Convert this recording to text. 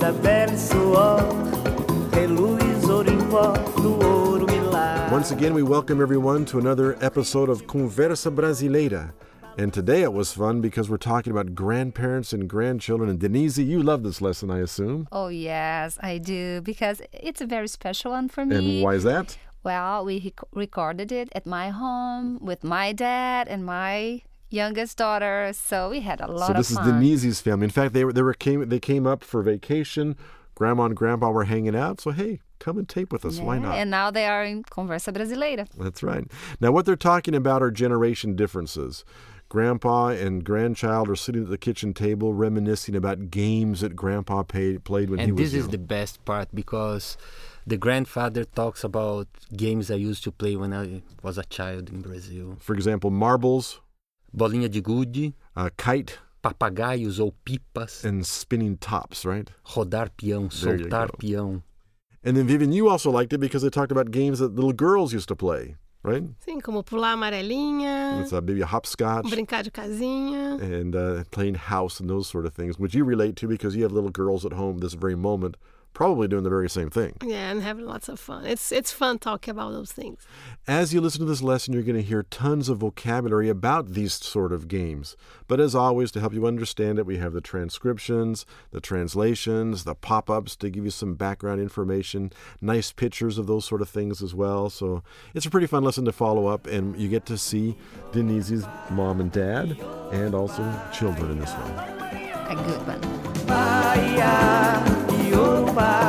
da pele e suor, reluz ouro em pó do ouro milagre. Once again, we welcome everyone to another episode of Conversa Brasileira. And today it was fun because we're talking about grandparents and grandchildren. And Denise, you love this lesson, I assume. Oh, yes, I do, because it's a very special one for me. And why is that? Well, we rec- recorded it at my home with my dad and my youngest daughter, so we had a lot so of this is fun. Denise's family. In fact, they were, they were came they came up for vacation. Grandma and grandpa were hanging out. So hey, come and tape with us. Why Yeah, not? And now they are in Conversa Brasileira. That's right. Now, what they're talking about are generation differences. Grandpa and grandchild are sitting at the kitchen table reminiscing about games that Grandpa paid, played when he and was this is young. the best part because the grandfather talks about games I used to play when I was a child in Brazil. For example, marbles, Bolinha de gude, uh, kite, papagaios ou pipas, and spinning tops, right? rodar peão, There you soltar go. peão. And then, Vivian, you also liked it because they talked about games that little girls used to play, right? Mm-hmm. Sim, como pular amarelinha, It's uh, maybe a hopscotch brincar de casinha. and uh, playing house and those sort of things, which you relate to because you have little girls at home this very moment, probably doing the very same thing. Yeah, and having lots of fun. It's it's fun talking about those things. As you listen to this lesson, you're going to hear tons of vocabulary about these sort of games. But as always, to help you understand it, we have the transcriptions, the translations, the pop ups to give you some background information, nice pictures of those sort of things as well. So it's a pretty fun lesson to follow up, and you get to see Denise's mom and dad, and also children in this one. A good one. Baia e ouro para